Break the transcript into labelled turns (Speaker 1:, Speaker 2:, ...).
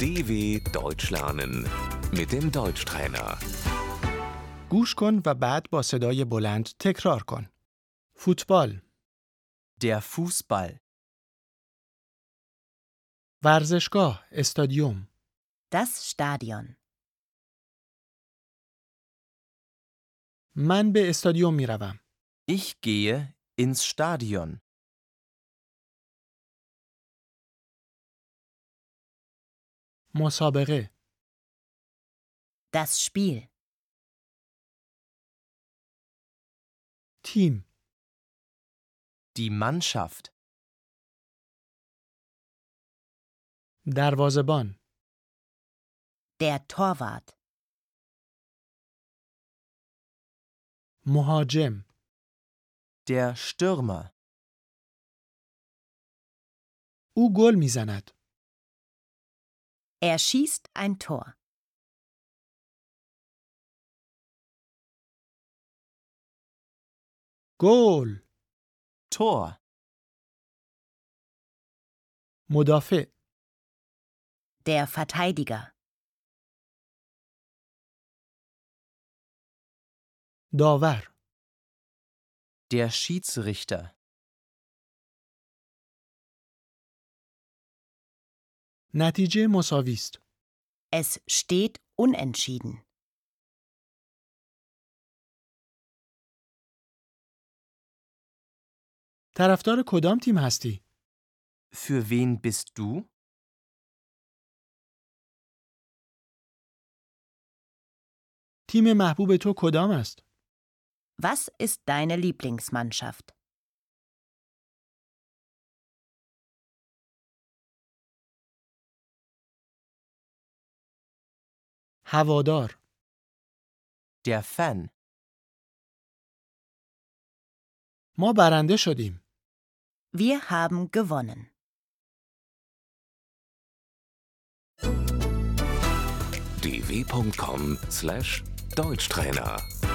Speaker 1: DW Deutsch lernen mit dem Deutschtrainer.
Speaker 2: گوش کن و بعد با صدای بلند تکرار کن. فوتبال،
Speaker 3: Der Fußball,
Speaker 2: ورزشگاه، استادیوم،
Speaker 4: Das Stadion.
Speaker 2: من به استادیوم می روم.
Speaker 3: ich gehe ins Stadion.
Speaker 2: مسابقه،
Speaker 4: Das Spiel.
Speaker 2: تیم،
Speaker 3: Die Mannschaft,
Speaker 2: دروازبان،
Speaker 4: Der Torwart.
Speaker 2: مهاجم،
Speaker 3: der Stürmer,
Speaker 2: او گل می زند.
Speaker 4: Er schießt ein Tor.
Speaker 2: گل،
Speaker 3: Tor,
Speaker 2: مدافع،
Speaker 4: Der Verteidiger.
Speaker 2: داور،
Speaker 3: der Schiedsrichter,
Speaker 2: نتیجه مساوی است.
Speaker 4: Es steht unentschieden.
Speaker 2: طرفدار کدام تیم هستی؟
Speaker 3: Für wen bist du?
Speaker 2: تیم محبوب تو کدام است؟
Speaker 4: Was ist deine Lieblingsmannschaft?
Speaker 2: هوادار،
Speaker 3: Der Fan.
Speaker 2: ما برنده شدیم.
Speaker 4: Wir haben gewonnen.
Speaker 1: dw.com/deutschtrainer